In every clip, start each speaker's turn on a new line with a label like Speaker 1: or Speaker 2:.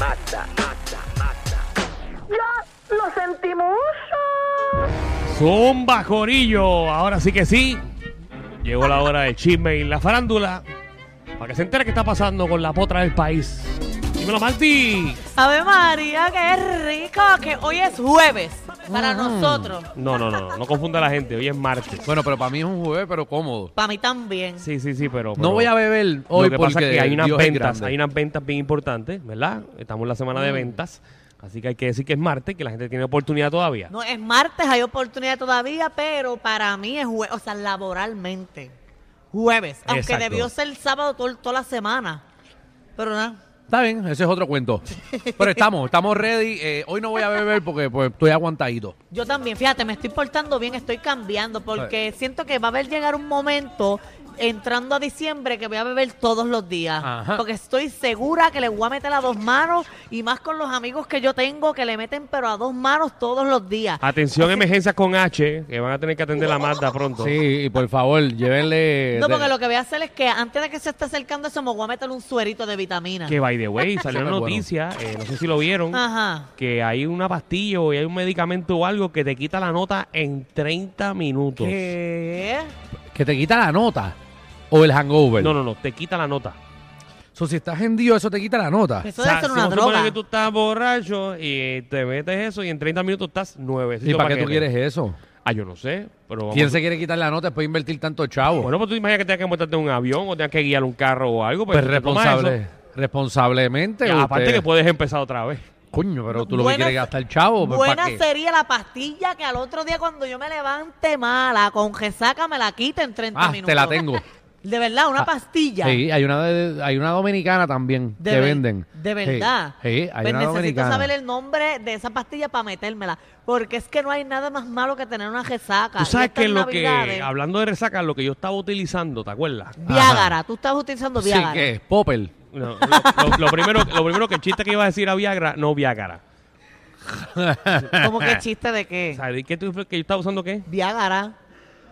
Speaker 1: mata, mata, mata.
Speaker 2: ¡Ya lo sentimos!
Speaker 3: Zumba Corillo, ahora sí que sí. Llegó la hora de chisme y la farándula. Para que se entere qué está pasando con la potra del país. Dímelo, Marti.
Speaker 4: Ave María, qué rico, que hoy es jueves para
Speaker 3: Mm.
Speaker 4: nosotros.
Speaker 3: No, no, no, no, no confunda a la gente. Hoy es martes.
Speaker 5: Bueno, pero para mí es un jueves, pero cómodo.
Speaker 4: Para mí también.
Speaker 3: Sí, sí, sí, pero.
Speaker 5: No
Speaker 3: pero
Speaker 5: voy a beber hoy
Speaker 3: Lo que
Speaker 5: porque
Speaker 3: pasa es que hay unas
Speaker 5: Dios es
Speaker 3: ventas,
Speaker 5: grande. Mm.
Speaker 3: hay unas ventas bien importantes, ¿verdad? Estamos en la semana de ventas. Así que hay que decir que es martes, que la gente tiene oportunidad todavía.
Speaker 4: No es martes, hay oportunidad todavía, pero para mí es jueves, o sea, laboralmente. Jueves, aunque
Speaker 3: Exacto.
Speaker 4: debió ser el sábado tol- toda la semana. Pero nada.
Speaker 5: Está bien, ese es otro cuento. Pero estamos, estamos ready. Eh, hoy no voy a beber porque pues, estoy aguantadito.
Speaker 4: Yo también, fíjate, me estoy portando bien, estoy cambiando, porque
Speaker 3: Pues.
Speaker 4: siento que va a haber llegar un momento entrando a diciembre que voy a beber todos los días.
Speaker 5: Ajá.
Speaker 4: Porque estoy segura que le voy a meter a dos manos y más con los amigos que yo tengo que le meten pero a dos manos todos los días.
Speaker 3: Atención, emergencias con H, que van a tener que atender la Mazda pronto.
Speaker 5: Sí, y por favor, llévenle.
Speaker 4: No,
Speaker 5: de-
Speaker 4: porque lo que voy a hacer es que antes de que se esté acercando eso, me voy a meter un suerito de vitamina.
Speaker 3: Que by the way, salió una
Speaker 5: Súper bueno.
Speaker 3: noticia, eh, no sé si lo vieron,
Speaker 4: Ajá.
Speaker 3: que hay una pastilla o hay un medicamento o algo que te quita la nota en 30 minutos.
Speaker 4: ¿Qué?
Speaker 5: Que te quita la nota o el hangover.
Speaker 3: No, no, no, te quita la nota.
Speaker 5: So, si estás hendido, eso te quita la nota.
Speaker 4: Eso
Speaker 3: O sea,
Speaker 4: debe ser
Speaker 3: si
Speaker 4: una
Speaker 3: vamos a suponer
Speaker 4: droga.
Speaker 3: que tú estás borracho y te metes eso y en 30 minutos estás nueve.
Speaker 5: ¿Y para qué tú quieres eso?
Speaker 3: Ah, yo no sé, pero vamos
Speaker 5: ¿Quién
Speaker 3: a-
Speaker 5: se quiere quitar la nota después de invertir tanto chavo?
Speaker 3: Bueno, pues tú imaginas que tengas que montarte en un avión o tengas que guiar un carro o algo.
Speaker 5: pues
Speaker 3: tú te tomas
Speaker 5: responsable,
Speaker 3: eso.
Speaker 5: responsablemente.
Speaker 3: Y aparte
Speaker 5: usted-
Speaker 3: que puedes empezar otra vez.
Speaker 5: Coño, pero tú lo que
Speaker 4: Buena-
Speaker 5: quieres es gastar chavo. pues, ¿para
Speaker 4: Buena
Speaker 5: qué?
Speaker 4: sería la pastilla que al otro día cuando yo me levante mala, con resaca me la quita en 30
Speaker 5: Ah,
Speaker 4: minutos.
Speaker 5: te la tengo.
Speaker 4: De verdad, una
Speaker 5: Ah,
Speaker 4: pastilla.
Speaker 5: Sí, hay una, de- hay una dominicana también
Speaker 4: De
Speaker 5: que
Speaker 4: ver-
Speaker 5: venden.
Speaker 4: De verdad.
Speaker 5: Sí, sí, hay
Speaker 4: Pues
Speaker 5: una
Speaker 4: necesito
Speaker 5: dominicana.
Speaker 4: saber el nombre de esa pastilla para metérmela. Porque es que no hay nada más malo que tener una resaca.
Speaker 3: Tú sabes
Speaker 4: Y estas
Speaker 3: que lo
Speaker 4: navidades-
Speaker 3: que, hablando de resaca, lo que yo estaba utilizando, ¿te acuerdas?
Speaker 4: Viagra, tú estás utilizando
Speaker 5: Sí,
Speaker 4: Viagra.
Speaker 5: que es Popper.
Speaker 3: No, lo, lo- lo primero, lo primero que el chiste que iba a decir a Viagra, no Viagra.
Speaker 4: ¿Cómo que chiste de
Speaker 3: O
Speaker 4: qué?
Speaker 3: sea, ¿de qué tú que yo estaba usando qué?
Speaker 4: Viagra.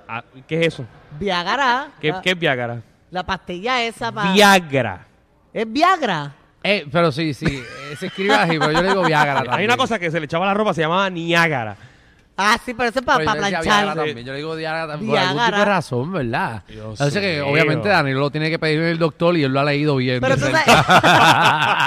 Speaker 3: Ah, ¿Qué es eso?
Speaker 4: Viagra.
Speaker 3: ¿Qué,
Speaker 4: la,
Speaker 3: qué es Viagra?
Speaker 4: la pastilla esa para.
Speaker 3: Viagra.
Speaker 4: es Viagra.
Speaker 5: Eh, pero sí, sí, eh, se escribe así, pero yo le digo Viagra también.
Speaker 3: Hay una cosa que se le echaba a la ropa, se llamaba Niágara.
Speaker 4: Ah, sí, pero eso es para
Speaker 5: Pero yo le decía Viagra
Speaker 4: planchar.
Speaker 5: también, yo le digo Viagra también, por algún
Speaker 4: Viagra.
Speaker 5: tipo de razón, ¿verdad?
Speaker 3: Dios
Speaker 5: Así que
Speaker 3: mío.
Speaker 5: obviamente Daniel lo tiene que pedir el doctor y él lo ha leído bien.
Speaker 4: Pero tú
Speaker 5: de cerca.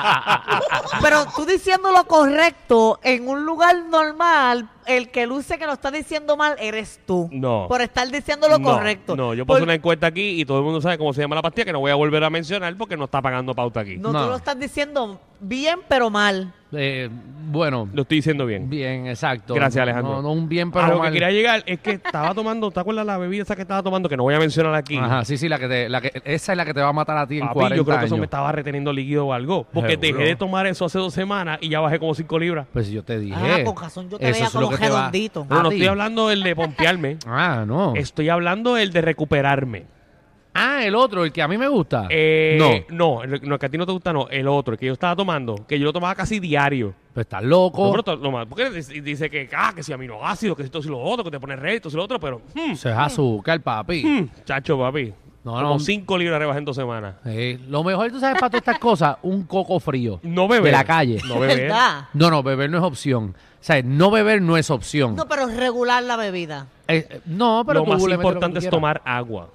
Speaker 4: Pero tú diciendo lo correcto en un lugar normal, el que luce que lo está diciendo mal eres tú.
Speaker 3: No.
Speaker 4: Por estar diciendo lo
Speaker 3: No,
Speaker 4: correcto.
Speaker 3: No, yo puse
Speaker 4: Por-
Speaker 3: una encuesta aquí y todo el mundo sabe cómo se llama la pastilla, que no voy a volver a mencionar porque no está pagando pauta aquí.
Speaker 4: No,
Speaker 5: No.
Speaker 4: tú lo estás diciendo bien, pero mal.
Speaker 5: Eh, bueno,
Speaker 3: Lo estoy diciendo bien.
Speaker 5: bien, exacto.
Speaker 3: Gracias, Alejandro.
Speaker 5: No, no un bien,
Speaker 3: a
Speaker 5: pero
Speaker 3: lo
Speaker 5: mal.
Speaker 3: que quería llegar es que estaba tomando, ¿te acuerdas la bebida esa que estaba tomando? Que no voy a mencionar aquí.
Speaker 5: Ajá, sí, sí, la que te- la que- esa es la que te va a matar a ti en
Speaker 3: Papi,
Speaker 5: 40
Speaker 3: yo creo que
Speaker 5: años.
Speaker 3: eso me estaba reteniendo líquido o algo. Porque
Speaker 5: Seguro.
Speaker 3: dejé de tomar eso hace dos semanas y ya bajé como cinco libras.
Speaker 5: Pues yo te dije.
Speaker 4: Ah, con razón yo te
Speaker 5: eso
Speaker 4: veía
Speaker 5: es lo
Speaker 4: como
Speaker 5: que te va-
Speaker 4: redondito.
Speaker 3: No,
Speaker 5: ¿A
Speaker 3: no
Speaker 5: ti?
Speaker 3: estoy hablando el de pompearme.
Speaker 5: Ah, no.
Speaker 3: Estoy hablando el de recuperarme.
Speaker 5: Ah, el otro, el que a mí me gusta.
Speaker 3: Eh,
Speaker 5: no.
Speaker 3: No, el, no, el que a ti no te gusta, no. El otro, el que yo estaba tomando, que yo lo tomaba casi diario.
Speaker 5: Pero pues estás
Speaker 3: No,
Speaker 5: loco.
Speaker 3: pero to- no más, porque dice dice que, ah, que si aminoácidos, que si esto, si lo otro, que te pone red, esto, si lo otro, pero, hmm,
Speaker 5: Eso es azúcar, papi.
Speaker 3: hmm, chacho, papi.
Speaker 5: No,
Speaker 3: como
Speaker 5: no.
Speaker 3: cinco libras rebajé en dos semanas.
Speaker 5: Eh, lo mejor, tú sabes, para todas estas cosas, un coco frío.
Speaker 3: No beber.
Speaker 5: De la calle.
Speaker 3: No beber.
Speaker 4: ¿Verdad?
Speaker 5: No, no, beber no es opción. O sea, no beber no es opción.
Speaker 4: No, pero regular la bebida.
Speaker 5: Eh, eh, no, pero
Speaker 3: lo
Speaker 5: tú
Speaker 3: más
Speaker 5: le metes que
Speaker 3: importante
Speaker 5: tú
Speaker 3: es
Speaker 5: quieras.
Speaker 3: tomar agua.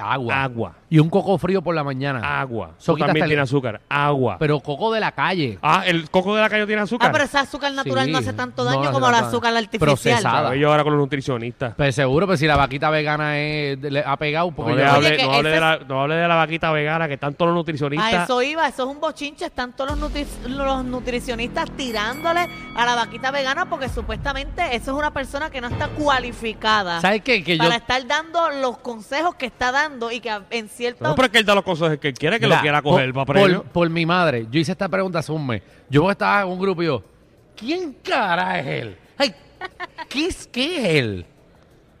Speaker 5: agua.
Speaker 3: Agua.
Speaker 5: Y un coco frío por la mañana.
Speaker 3: Agua. Eso
Speaker 5: Eso quita
Speaker 3: también
Speaker 5: hasta el-
Speaker 3: tiene azúcar. Agua.
Speaker 5: Pero coco de la calle.
Speaker 3: ah, el coco de la calle tiene azúcar.
Speaker 4: Ah, pero ese azúcar natural
Speaker 5: Sí.
Speaker 4: no hace tanto
Speaker 5: No
Speaker 4: daño
Speaker 5: hace
Speaker 4: como el
Speaker 5: tanto
Speaker 4: azúcar
Speaker 5: daño.
Speaker 4: artificial.
Speaker 5: Procesado.
Speaker 3: Sabe yo ahora con los nutricionistas.
Speaker 5: Pues seguro, pues si la vaquita vegana es, le ha pegado. Porque
Speaker 3: No le
Speaker 5: yo-
Speaker 4: hable-
Speaker 3: hable,
Speaker 4: que
Speaker 3: no hable
Speaker 4: ese Ah,
Speaker 3: de la, no hable de la vaquita vegana, que están todos los
Speaker 4: A
Speaker 3: nutricionistas.
Speaker 4: eso iba, eso es un bochinche. Están todos los, nutri- los nutricionistas tirándole a la vaquita vegana porque supuestamente eso es una persona que no está cualificada
Speaker 5: ¿Sabes qué? Que yo,
Speaker 4: para estar dando los consejos que está dando y que a- en cierto.
Speaker 3: No, pero es que él da los consejos que él quiere, que
Speaker 5: Mira,
Speaker 3: lo quiera
Speaker 5: por-
Speaker 3: coger para
Speaker 5: por,
Speaker 3: premio.
Speaker 5: por mi madre, yo hice esta pregunta hace un mes. Yo estaba en un grupo y yo, ¿quién cara es él? Ay, ¿qué, es, ¿Qué es él?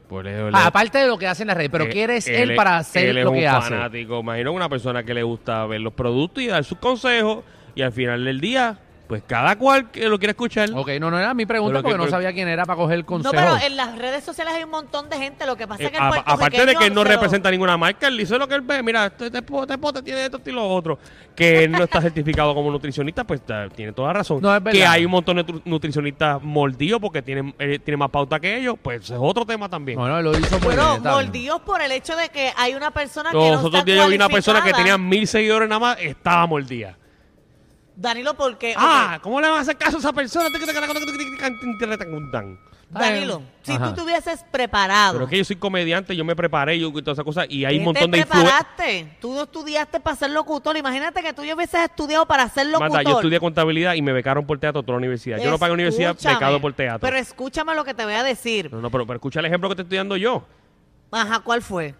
Speaker 3: Por eso,
Speaker 5: Ah, Aparte de lo que hace en las redes, pero
Speaker 3: Eh,
Speaker 5: ¿quién es él,
Speaker 3: es-
Speaker 5: para hacer
Speaker 3: él es
Speaker 5: lo
Speaker 3: un
Speaker 5: que hace?
Speaker 3: fanático. Imagino una persona que le gusta ver los productos y dar sus consejos y al final del día Pues cada cual que lo quiera escuchar. eh,
Speaker 5: Ok, no, no era mi pregunta
Speaker 3: Pero
Speaker 5: porque
Speaker 3: que-
Speaker 5: no sabía quién era para coger el
Speaker 4: No,
Speaker 5: consejo.
Speaker 4: pero en las redes sociales hay un montón de gente. Lo que pasa es
Speaker 3: Eh,
Speaker 4: que el
Speaker 3: a-
Speaker 4: puertorriqueño
Speaker 3: aparte de que él no
Speaker 4: se lo-
Speaker 3: representa ninguna marca, él hizo lo que él ve. Mira, este, este po- este pote tiene esto y lo otro. Que él no está certificado como nutricionista, pues está- tiene toda la razón.
Speaker 5: No, es verdad.
Speaker 3: Que hay un montón de tru- nutricionistas mordidos porque tienen, eh, tienen más pauta que ellos, pues es otro tema también.
Speaker 5: Bueno, él lo hizo muy bien,
Speaker 4: Bueno,
Speaker 5: está bien.
Speaker 4: mordidos por el hecho de que hay una persona que
Speaker 3: Los
Speaker 4: no
Speaker 3: otros
Speaker 4: está
Speaker 3: días yo vi una persona que
Speaker 4: cualificada.
Speaker 3: tenía mil seguidores nada más, estaba mordida.
Speaker 4: Danilo, porque...
Speaker 3: Ah, ¿cómo le van a hacer caso a esa persona?
Speaker 4: Danilo, si
Speaker 5: Ajá.
Speaker 4: tú te hubieses preparado...
Speaker 3: Pero es que yo soy comediante, yo me preparé, yo y todas esas cosas, y hay un
Speaker 4: ¿qué
Speaker 3: montón
Speaker 4: te
Speaker 3: de influencers.
Speaker 4: preparaste? Tú no estudiaste para ser locutor. Imagínate que tú ya hubieses estudiado para ser locutor.
Speaker 3: Manda, yo estudié contabilidad y me becaron por teatro toda la universidad. Yo no pagué universidad,
Speaker 4: Escúchame,
Speaker 3: becado por teatro.
Speaker 4: Pero escúchame lo que te voy a decir.
Speaker 3: No, no, pero, pero escucha el ejemplo que te estoy dando yo.
Speaker 4: Ajá, ¿cuál fue?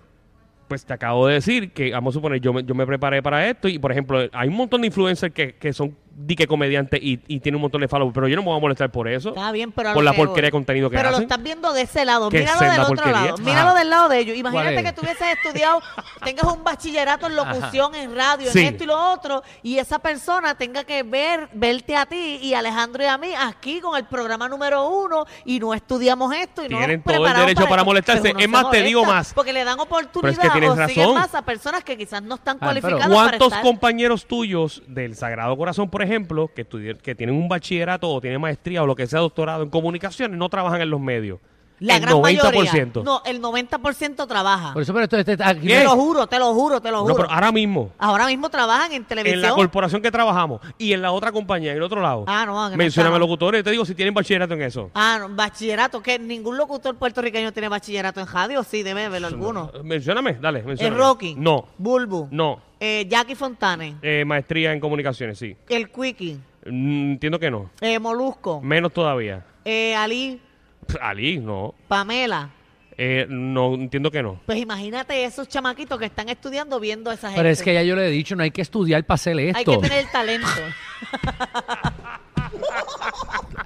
Speaker 3: Pues te acabo de decir que, vamos a suponer, yo me, yo me preparé para esto y, por ejemplo, hay un montón de influencers que, que son dique comediantes y, y tienen un montón de followers, pero yo no me voy a molestar por eso.
Speaker 4: Está bien, pero a
Speaker 3: Por
Speaker 4: lo
Speaker 3: la
Speaker 4: que voy.
Speaker 3: porquería de contenido que
Speaker 4: Pero
Speaker 3: hacen.
Speaker 4: lo estás viendo de ese lado.
Speaker 3: Que
Speaker 4: Míralo
Speaker 3: senda
Speaker 4: del otro
Speaker 3: porquería.
Speaker 4: lado. Míralo
Speaker 5: Ajá.
Speaker 4: del lado de ellos. Imagínate
Speaker 5: es?
Speaker 4: que tú hubieses estudiado, tengas un bachillerato en locución, en radio,
Speaker 3: Sí.
Speaker 4: en esto y lo otro, y esa persona tenga que ver, verte a ti y a Alejandro y a mí aquí con el programa número uno y no estudiamos esto y no
Speaker 3: Tienen todo
Speaker 4: nos
Speaker 3: el
Speaker 4: preparamos
Speaker 3: derecho
Speaker 4: para,
Speaker 3: para
Speaker 4: esto.
Speaker 3: molestarse.
Speaker 4: Pues uno
Speaker 3: Es
Speaker 4: se
Speaker 3: más, te digo
Speaker 4: molesta,
Speaker 3: más.
Speaker 4: Porque le dan oportunidad
Speaker 3: tienes
Speaker 4: o siguen
Speaker 3: razón.
Speaker 4: más a personas que quizás no están
Speaker 5: Ah, pero-
Speaker 4: cualificadas para
Speaker 3: ¿Cuántos
Speaker 4: estar-
Speaker 3: compañeros tuyos del Sagrado Corazón, por ejemplo, que, estudi- que tienen un bachillerato o tienen maestría o lo que sea doctorado en comunicaciones, no trabajan en los medios?
Speaker 4: La
Speaker 3: el
Speaker 4: gran
Speaker 3: 90%.
Speaker 4: mayoría. No, el 90% trabaja.
Speaker 5: Por eso, pero esto, este- aquí-
Speaker 3: ¿Qué?
Speaker 4: Te lo juro, te lo juro, te lo
Speaker 3: No,
Speaker 4: juro.
Speaker 3: pero ahora mismo,
Speaker 4: Ahora mismo trabajan en televisión.
Speaker 3: en la corporación que trabajamos y en la otra compañía, en el otro lado.
Speaker 4: Ah, no, que no
Speaker 3: Mencióname
Speaker 4: estaba.
Speaker 3: locutores, te digo si tienen bachillerato en eso.
Speaker 4: Ah, no, bachillerato, que ningún locutor puertorriqueño tiene bachillerato en radio, sí, debe haberlo alguno.
Speaker 3: Mencióname, dale, mencióname.
Speaker 4: El Rocky.
Speaker 3: No,
Speaker 4: Bulbu.
Speaker 3: no.
Speaker 4: Eh, Jackie Fontane.
Speaker 3: Eh, maestría en comunicaciones, sí.
Speaker 4: El Quickie.
Speaker 3: Mm, entiendo que no.
Speaker 4: eh, Molusco.
Speaker 3: Menos todavía.
Speaker 4: eh, Ali.
Speaker 3: Pff, Ali, no.
Speaker 4: Pamela.
Speaker 3: Eh, no, entiendo que no.
Speaker 4: Pues imagínate esos chamaquitos que están estudiando viendo a esa gente.
Speaker 5: Pero es que ya yo le he dicho, no hay que estudiar para hacer esto.
Speaker 4: Hay que tener el talento.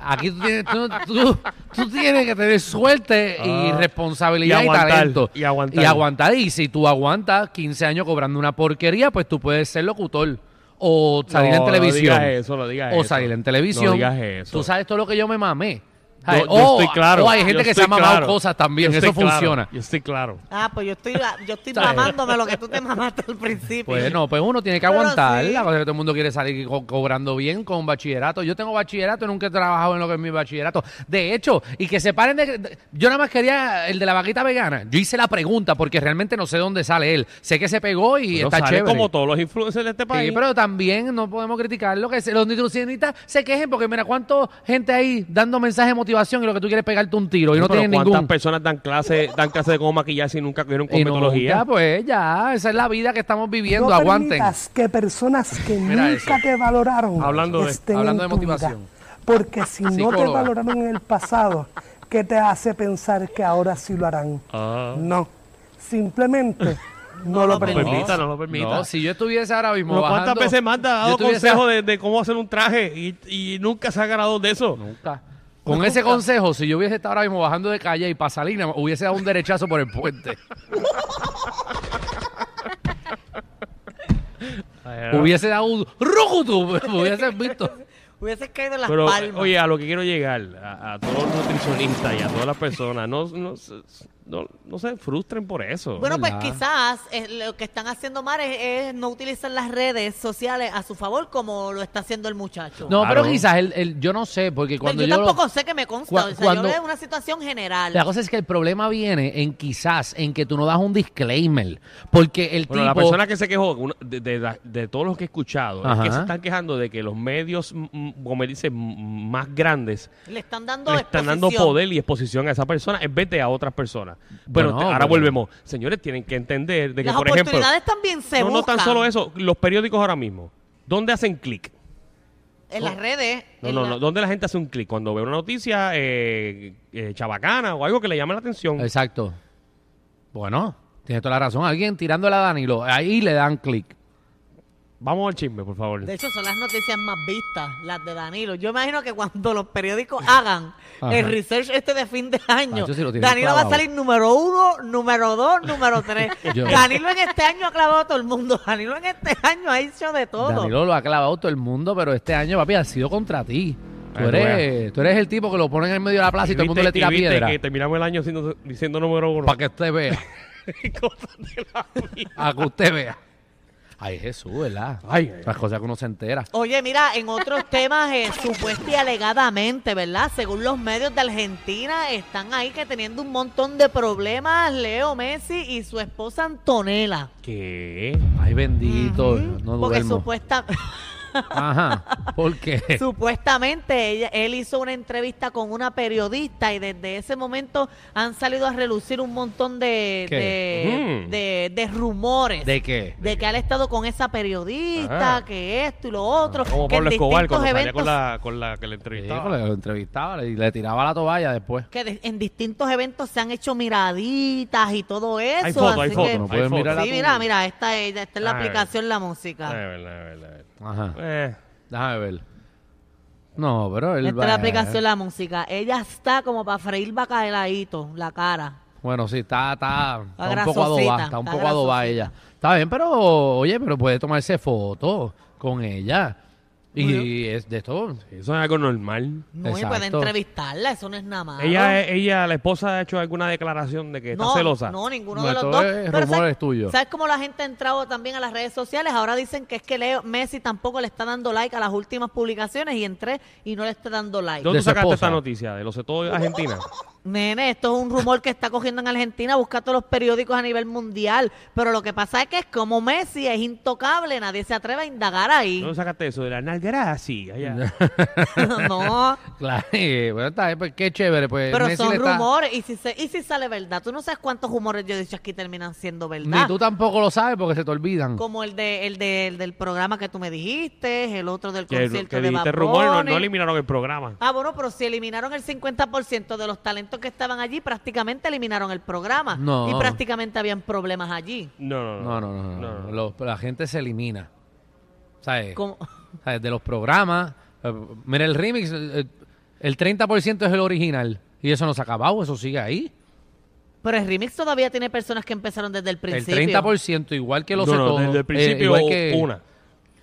Speaker 5: Aquí tú tienes, tú, tú- tú tienes que tener suerte y
Speaker 3: Ah.
Speaker 5: responsabilidad
Speaker 3: Y
Speaker 5: y,
Speaker 3: aguantar,
Speaker 5: talento.
Speaker 3: y aguantar.
Speaker 5: Y aguantar. Y si tú aguantas 15 años cobrando una porquería, pues tú puedes ser locutor. O salir
Speaker 3: No,
Speaker 5: en
Speaker 3: no
Speaker 5: televisión.
Speaker 3: digas eso, no digas
Speaker 5: o
Speaker 3: eso.
Speaker 5: salir en televisión.
Speaker 3: No digas eso.
Speaker 5: Tú sabes todo lo que yo me mamé.
Speaker 3: Yo,
Speaker 5: ¿Sabes?
Speaker 3: yo
Speaker 5: o,
Speaker 3: estoy claro.
Speaker 5: o oh, hay
Speaker 3: yo
Speaker 5: gente que se ha
Speaker 3: estoy
Speaker 5: mamado
Speaker 3: claro.
Speaker 5: cosas también.
Speaker 3: Yo
Speaker 5: Eso
Speaker 3: estoy claro,
Speaker 5: funciona.
Speaker 3: Yo estoy claro.
Speaker 4: Ah, pues yo estoy, yo estoy
Speaker 5: ¿Sabes?
Speaker 4: mamándome lo que tú te mamaste al principio.
Speaker 5: Pues no, pues uno tiene que
Speaker 4: Pero
Speaker 5: aguantar.
Speaker 4: sí.
Speaker 5: La cosa es que todo el mundo quiere salir co- cobrando bien con bachillerato. Yo tengo bachillerato y nunca he trabajado en lo que es mi bachillerato. De hecho, y que se paren de, de- Yo nada más quería el de la vaquita vegana. Yo hice la pregunta porque realmente no sé dónde sale él. Sé que se pegó y
Speaker 3: Pero
Speaker 5: está
Speaker 3: sale
Speaker 5: chévere.
Speaker 3: como todos los influencers de este país.
Speaker 5: Sí, pero también no podemos criticar lo que se- los nutricionistas se quejen porque mira cuánto gente ahí dando mensajes de motivación y lo que tú quieres es pegarte un tiro y no
Speaker 3: Pero
Speaker 5: tienen
Speaker 3: ¿Cuántas
Speaker 5: ningún
Speaker 3: personas dan clase, dan clase de cómo maquillarse y nunca cogieron
Speaker 5: y no,
Speaker 3: cosmetología?
Speaker 5: nunca, pues ya, esa es la vida que estamos viviendo,
Speaker 6: No
Speaker 5: aguanten.
Speaker 6: permitas que personas que
Speaker 5: Mira
Speaker 6: nunca
Speaker 5: eso.
Speaker 6: te valoraron
Speaker 3: Hablando de-
Speaker 6: estén
Speaker 5: hablando
Speaker 6: en
Speaker 5: de
Speaker 6: tu vida.
Speaker 5: motivación.
Speaker 6: Porque si no te
Speaker 5: Psicóloga.
Speaker 6: valoraron en el pasado, ¿qué te hace pensar que ahora sí lo harán?
Speaker 3: Ah.
Speaker 6: No, simplemente no, lo permitas.
Speaker 3: permita, no lo permita.
Speaker 5: No, si yo estuviese ahora mismo
Speaker 3: Pero
Speaker 5: bajando,
Speaker 3: ¿Cuántas veces más has
Speaker 5: yo
Speaker 3: dado
Speaker 5: estuviese-
Speaker 3: consejos de, de cómo hacer un traje y, y nunca se ha ganado de eso?
Speaker 5: Nunca. Con ese consejo, si yo hubiese estado ahora mismo bajando de calle y pasalina, hubiese dado un derechazo por el puente. hubiese dado un rucutu, me hubiese visto.
Speaker 4: Hubieses caído en las
Speaker 3: Pero,
Speaker 4: palmas.
Speaker 3: oye, a lo que quiero llegar, a, a todos los nutricionistas y a todas las personas, no, no, se- no, no se frustren por eso.
Speaker 4: Bueno, pues
Speaker 5: ¿verdad?
Speaker 4: quizás eh, lo que están haciendo mal es, es no utilizar las redes sociales a su favor como lo está haciendo el muchacho.
Speaker 5: No,
Speaker 3: Claro.
Speaker 5: pero quizás el, el- yo no sé, porque
Speaker 4: Pero
Speaker 5: cuando
Speaker 4: yo,
Speaker 5: yo, lo-
Speaker 4: tampoco sé que me consta.
Speaker 5: cua-
Speaker 4: o sea,
Speaker 5: cuando-
Speaker 4: yo leo una situación general.
Speaker 5: La cosa es que el problema viene en quizás en que tú no das un disclaimer, porque el
Speaker 3: Bueno,
Speaker 5: tipo
Speaker 3: la persona que se quejó, una- de, de la- de todos los que he escuchado, es
Speaker 5: Ajá.
Speaker 3: que se están quejando de que los medios, mm, mm, como él dice, mm, más grandes,
Speaker 4: le están dando
Speaker 3: le están dando
Speaker 4: exposición.
Speaker 3: poder y exposición a esa persona en vez de a otras personas. Bueno,
Speaker 5: Bueno,
Speaker 3: te- ahora
Speaker 5: pero-
Speaker 3: volvemos. Señores, tienen que entender de que,
Speaker 4: Las
Speaker 3: por ejemplo,
Speaker 4: oportunidades también se
Speaker 3: no, no tan
Speaker 4: buscan
Speaker 3: solo eso, los periódicos ahora mismo, ¿dónde hacen clic?
Speaker 4: En las redes.
Speaker 3: No,
Speaker 4: en
Speaker 3: no,
Speaker 4: la-
Speaker 3: no, ¿dónde la gente hace un clic? Cuando ve una noticia eh, eh, chabacana o algo que le llame la atención.
Speaker 5: Exacto. Bueno, tiene toda la razón. Alguien tirándola a Danilo, ahí le dan clic.
Speaker 3: Vamos al chisme, por favor.
Speaker 4: De hecho, son las noticias más vistas, las de Danilo. Yo imagino que cuando los periódicos hagan
Speaker 5: Ajá.
Speaker 4: el research este de fin de año,
Speaker 5: Pancho, si lo tienen
Speaker 4: Danilo va a
Speaker 5: clavado.
Speaker 4: salir número uno, número dos, número tres.
Speaker 5: Yo-
Speaker 4: Danilo en este año ha clavado a todo el mundo. Danilo en este año ha hecho de todo.
Speaker 5: Danilo lo ha clavado todo el mundo, pero este año, papi, ha sido contra ti. Tú
Speaker 3: Ay, tú
Speaker 5: eres, tú eres el tipo que lo ponen en medio de la plaza y todo el mundo le
Speaker 3: viste-
Speaker 5: tira
Speaker 3: y viste
Speaker 5: piedra.
Speaker 3: que terminamos el año siendo- diciendo número uno.
Speaker 5: Para que usted vea.
Speaker 3: Cosas de la vida.
Speaker 5: A que usted vea. Ay, Jesús, ¿verdad?
Speaker 3: Ay, ay.
Speaker 5: Las cosas que uno se entera.
Speaker 4: Oye, mira, en otros temas, eh, supuesta y alegadamente, ¿verdad? Según los medios de Argentina, están ahí que teniendo un montón de problemas Leo Messi y su esposa Antonella.
Speaker 3: ¿Qué?
Speaker 5: Ay, bendito. No
Speaker 4: Porque
Speaker 5: duermo.
Speaker 4: supuesta,
Speaker 5: Ajá. ¿Por qué?
Speaker 4: supuestamente ella- él hizo una entrevista con una periodista y desde ese momento han salido a relucir un montón de,
Speaker 5: ¿Qué?
Speaker 4: de,
Speaker 3: Ujú.
Speaker 4: de- de rumores.
Speaker 5: ¿De qué?
Speaker 4: de que él ha estado con esa periodista,
Speaker 3: Ah.
Speaker 4: que esto y lo otro.
Speaker 3: Como
Speaker 4: que en
Speaker 3: Pablo Escobar cuando
Speaker 4: distintos
Speaker 3: salía con
Speaker 4: eventos
Speaker 3: la, con la que le
Speaker 5: Sí,
Speaker 3: entrevistaba.
Speaker 5: porque lo entrevistaba y le tiraba la toalla después.
Speaker 4: que de- en distintos eventos se han hecho miraditas y todo eso.
Speaker 3: hay foto, hay
Speaker 4: así
Speaker 3: foto.
Speaker 4: que-
Speaker 5: no
Speaker 3: hay
Speaker 5: puedes
Speaker 3: foto.
Speaker 5: mirar la-
Speaker 4: Sí, mira, mira, esta es, esta es la
Speaker 3: Ah,
Speaker 4: aplicación La
Speaker 3: Ah,
Speaker 4: Música.
Speaker 3: es verdad, es verdad, es verdad.
Speaker 5: Ajá.
Speaker 3: Eh,
Speaker 5: Déjame ver. No, pero él
Speaker 4: Esta es la
Speaker 3: eh.
Speaker 4: aplicación La Música. Ella está como para freír bacalaíto, la cara.
Speaker 5: Bueno, sí, está, está, está un poco
Speaker 4: grasosita,
Speaker 5: adobada, está un
Speaker 4: está
Speaker 5: poco adobada
Speaker 4: grasosita.
Speaker 5: ella. Está bien, pero, oye, pero puede tomarse fotos con ella. Y es de esto,
Speaker 3: eso es algo normal.
Speaker 4: No, y
Speaker 5: Exacto.
Speaker 4: puede entrevistarla, eso no es nada malo.
Speaker 3: Ella, ella, la esposa, ha hecho alguna declaración de que
Speaker 4: no,
Speaker 3: está celosa.
Speaker 4: No, ninguno
Speaker 5: No,
Speaker 4: de los
Speaker 5: esto
Speaker 4: dos.
Speaker 5: es
Speaker 4: Pero
Speaker 5: rumores
Speaker 4: ¿sabes-
Speaker 5: tuyos.
Speaker 4: ¿Sabes cómo la gente ha entrado también a las redes sociales? Ahora dicen que es que Leo Messi tampoco le está dando like a las últimas publicaciones y entré y no le está dando like.
Speaker 3: ¿Dónde
Speaker 5: De
Speaker 3: tú
Speaker 5: su
Speaker 3: sacaste
Speaker 5: esposa.
Speaker 3: esta noticia? ¿De los todo de Argentina?
Speaker 4: Nene, esto es un rumor que está cogiendo en Argentina, busca todos los periódicos a nivel mundial. Pero lo que pasa es que es como Messi es intocable, nadie se atreve a indagar ahí.
Speaker 3: ¿Dónde sacaste eso? De la nalgada, sí. Allá.
Speaker 4: no,
Speaker 5: claro, y, bueno, está bien, pues, qué chévere, pues.
Speaker 4: pero
Speaker 5: Eh, Messi
Speaker 4: son
Speaker 5: le está-
Speaker 4: rumores. ¿Y si, se- y si sale verdad? Tú no sabes cuántos rumores yo he dicho aquí terminan siendo
Speaker 5: Ni
Speaker 4: verdad.
Speaker 5: tú tampoco lo sabes porque se te olvidan.
Speaker 4: Como el, de, el, de- el del programa que tú me dijiste, el otro del
Speaker 3: que
Speaker 4: concierto
Speaker 3: que
Speaker 4: de
Speaker 3: dijiste
Speaker 4: Bad
Speaker 3: rumor, no,
Speaker 4: Bunny.
Speaker 3: no eliminaron el programa.
Speaker 4: Ah, bueno, pero si eliminaron el 50% de los talentos que estaban allí, prácticamente eliminaron el programa.
Speaker 5: No.
Speaker 4: Y prácticamente habían problemas allí.
Speaker 3: No, no,
Speaker 5: No, no, no. no, no. Los- la gente se elimina. ¿Sabes?
Speaker 4: Como...
Speaker 5: ¿Sabes? De los programas. eh, mira, el remix, eh, el 30% es el original. Y eso no se ha acabado, eso sigue ahí.
Speaker 4: Pero el remix todavía tiene personas que empezaron desde el principio.
Speaker 5: El 30%, igual que los
Speaker 3: No, no,
Speaker 5: Etonos,
Speaker 3: desde el
Speaker 5: eh,
Speaker 3: principio,
Speaker 5: igual que-
Speaker 3: una.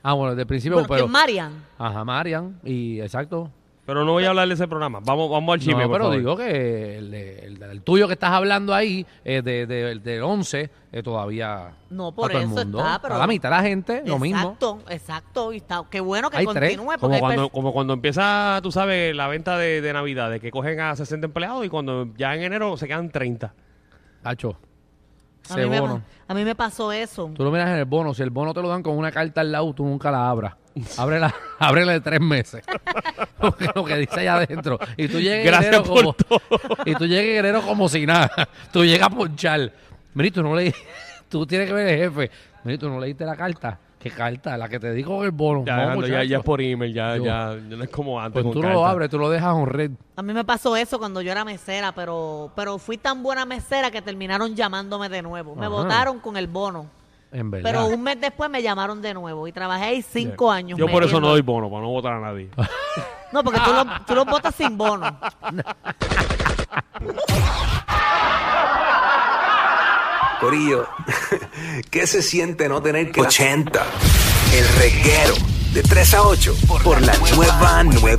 Speaker 5: Ah, bueno, desde el principio,
Speaker 4: Bueno,
Speaker 5: pero.
Speaker 4: que Marian.
Speaker 5: Ajá, Marian, y exacto.
Speaker 3: Pero no voy a hablar de ese programa. Vamos, vamos al chisme,
Speaker 5: No,
Speaker 3: por
Speaker 5: pero
Speaker 3: favor.
Speaker 5: digo que el, el- el tuyo que estás hablando ahí, eh, de, de- del 11, eh, todavía.
Speaker 4: No,
Speaker 5: está
Speaker 4: por
Speaker 5: Ah, todo el
Speaker 4: eso
Speaker 5: mundo.
Speaker 4: está, pero-
Speaker 5: A la mitad de la gente, lo mismo.
Speaker 4: Exacto, exacto. Y está, qué bueno que
Speaker 5: Hay tres,
Speaker 4: continúe. Porque
Speaker 3: Como
Speaker 4: hay
Speaker 3: cuando,
Speaker 4: pers-
Speaker 3: como cuando empieza, tú sabes, la venta de, de Navidad, de que cogen a 60 empleados y cuando ya en enero se quedan 30.
Speaker 5: Pues Tacho.
Speaker 4: a,
Speaker 5: Ese
Speaker 4: mí me,
Speaker 5: bono.
Speaker 4: pa- a mí me pasó eso.
Speaker 5: Tú lo miras en el bono. Si el bono te lo dan con una carta al lado, tú nunca la abras. Ábrela, ábrela de tres meses. Porque lo que dice allá adentro. Y tú llegas en
Speaker 3: Gracias
Speaker 5: enero
Speaker 3: por
Speaker 5: como,
Speaker 3: todo.
Speaker 5: Y tú llegas en enero como si nada. Tú llegas a ponchar. Mira, y tú no leí. Tú tienes que ver el jefe. Mira, y tú no leíste la carta. ¿Qué carta? La que te di con el bono.
Speaker 3: Ya,
Speaker 5: No,
Speaker 3: Alejandro, ya, ya
Speaker 5: muchacho.
Speaker 3: es por email, ya,
Speaker 5: Yo-
Speaker 3: ya, ya no es como antes.
Speaker 5: Pues
Speaker 3: con
Speaker 5: tú no lo
Speaker 3: carta.
Speaker 5: abres, tú lo dejas on red.
Speaker 4: A mí me pasó eso cuando yo era mesera, pero, pero fui tan buena mesera que terminaron llamándome de nuevo. Me
Speaker 5: Ajá.
Speaker 4: votaron con el bono.
Speaker 5: En verdad.
Speaker 4: Pero un mes después me llamaron de nuevo y trabajé ahí cinco años.
Speaker 3: Yo por eso no
Speaker 4: metiendo-
Speaker 3: doy bono, para no votar a nadie.
Speaker 4: No, porque tú lo, tú lo votas sin bono.
Speaker 7: Corillo, ¿qué se siente no tener que... 80. El reguero de 3 a 8 por la nueva 9.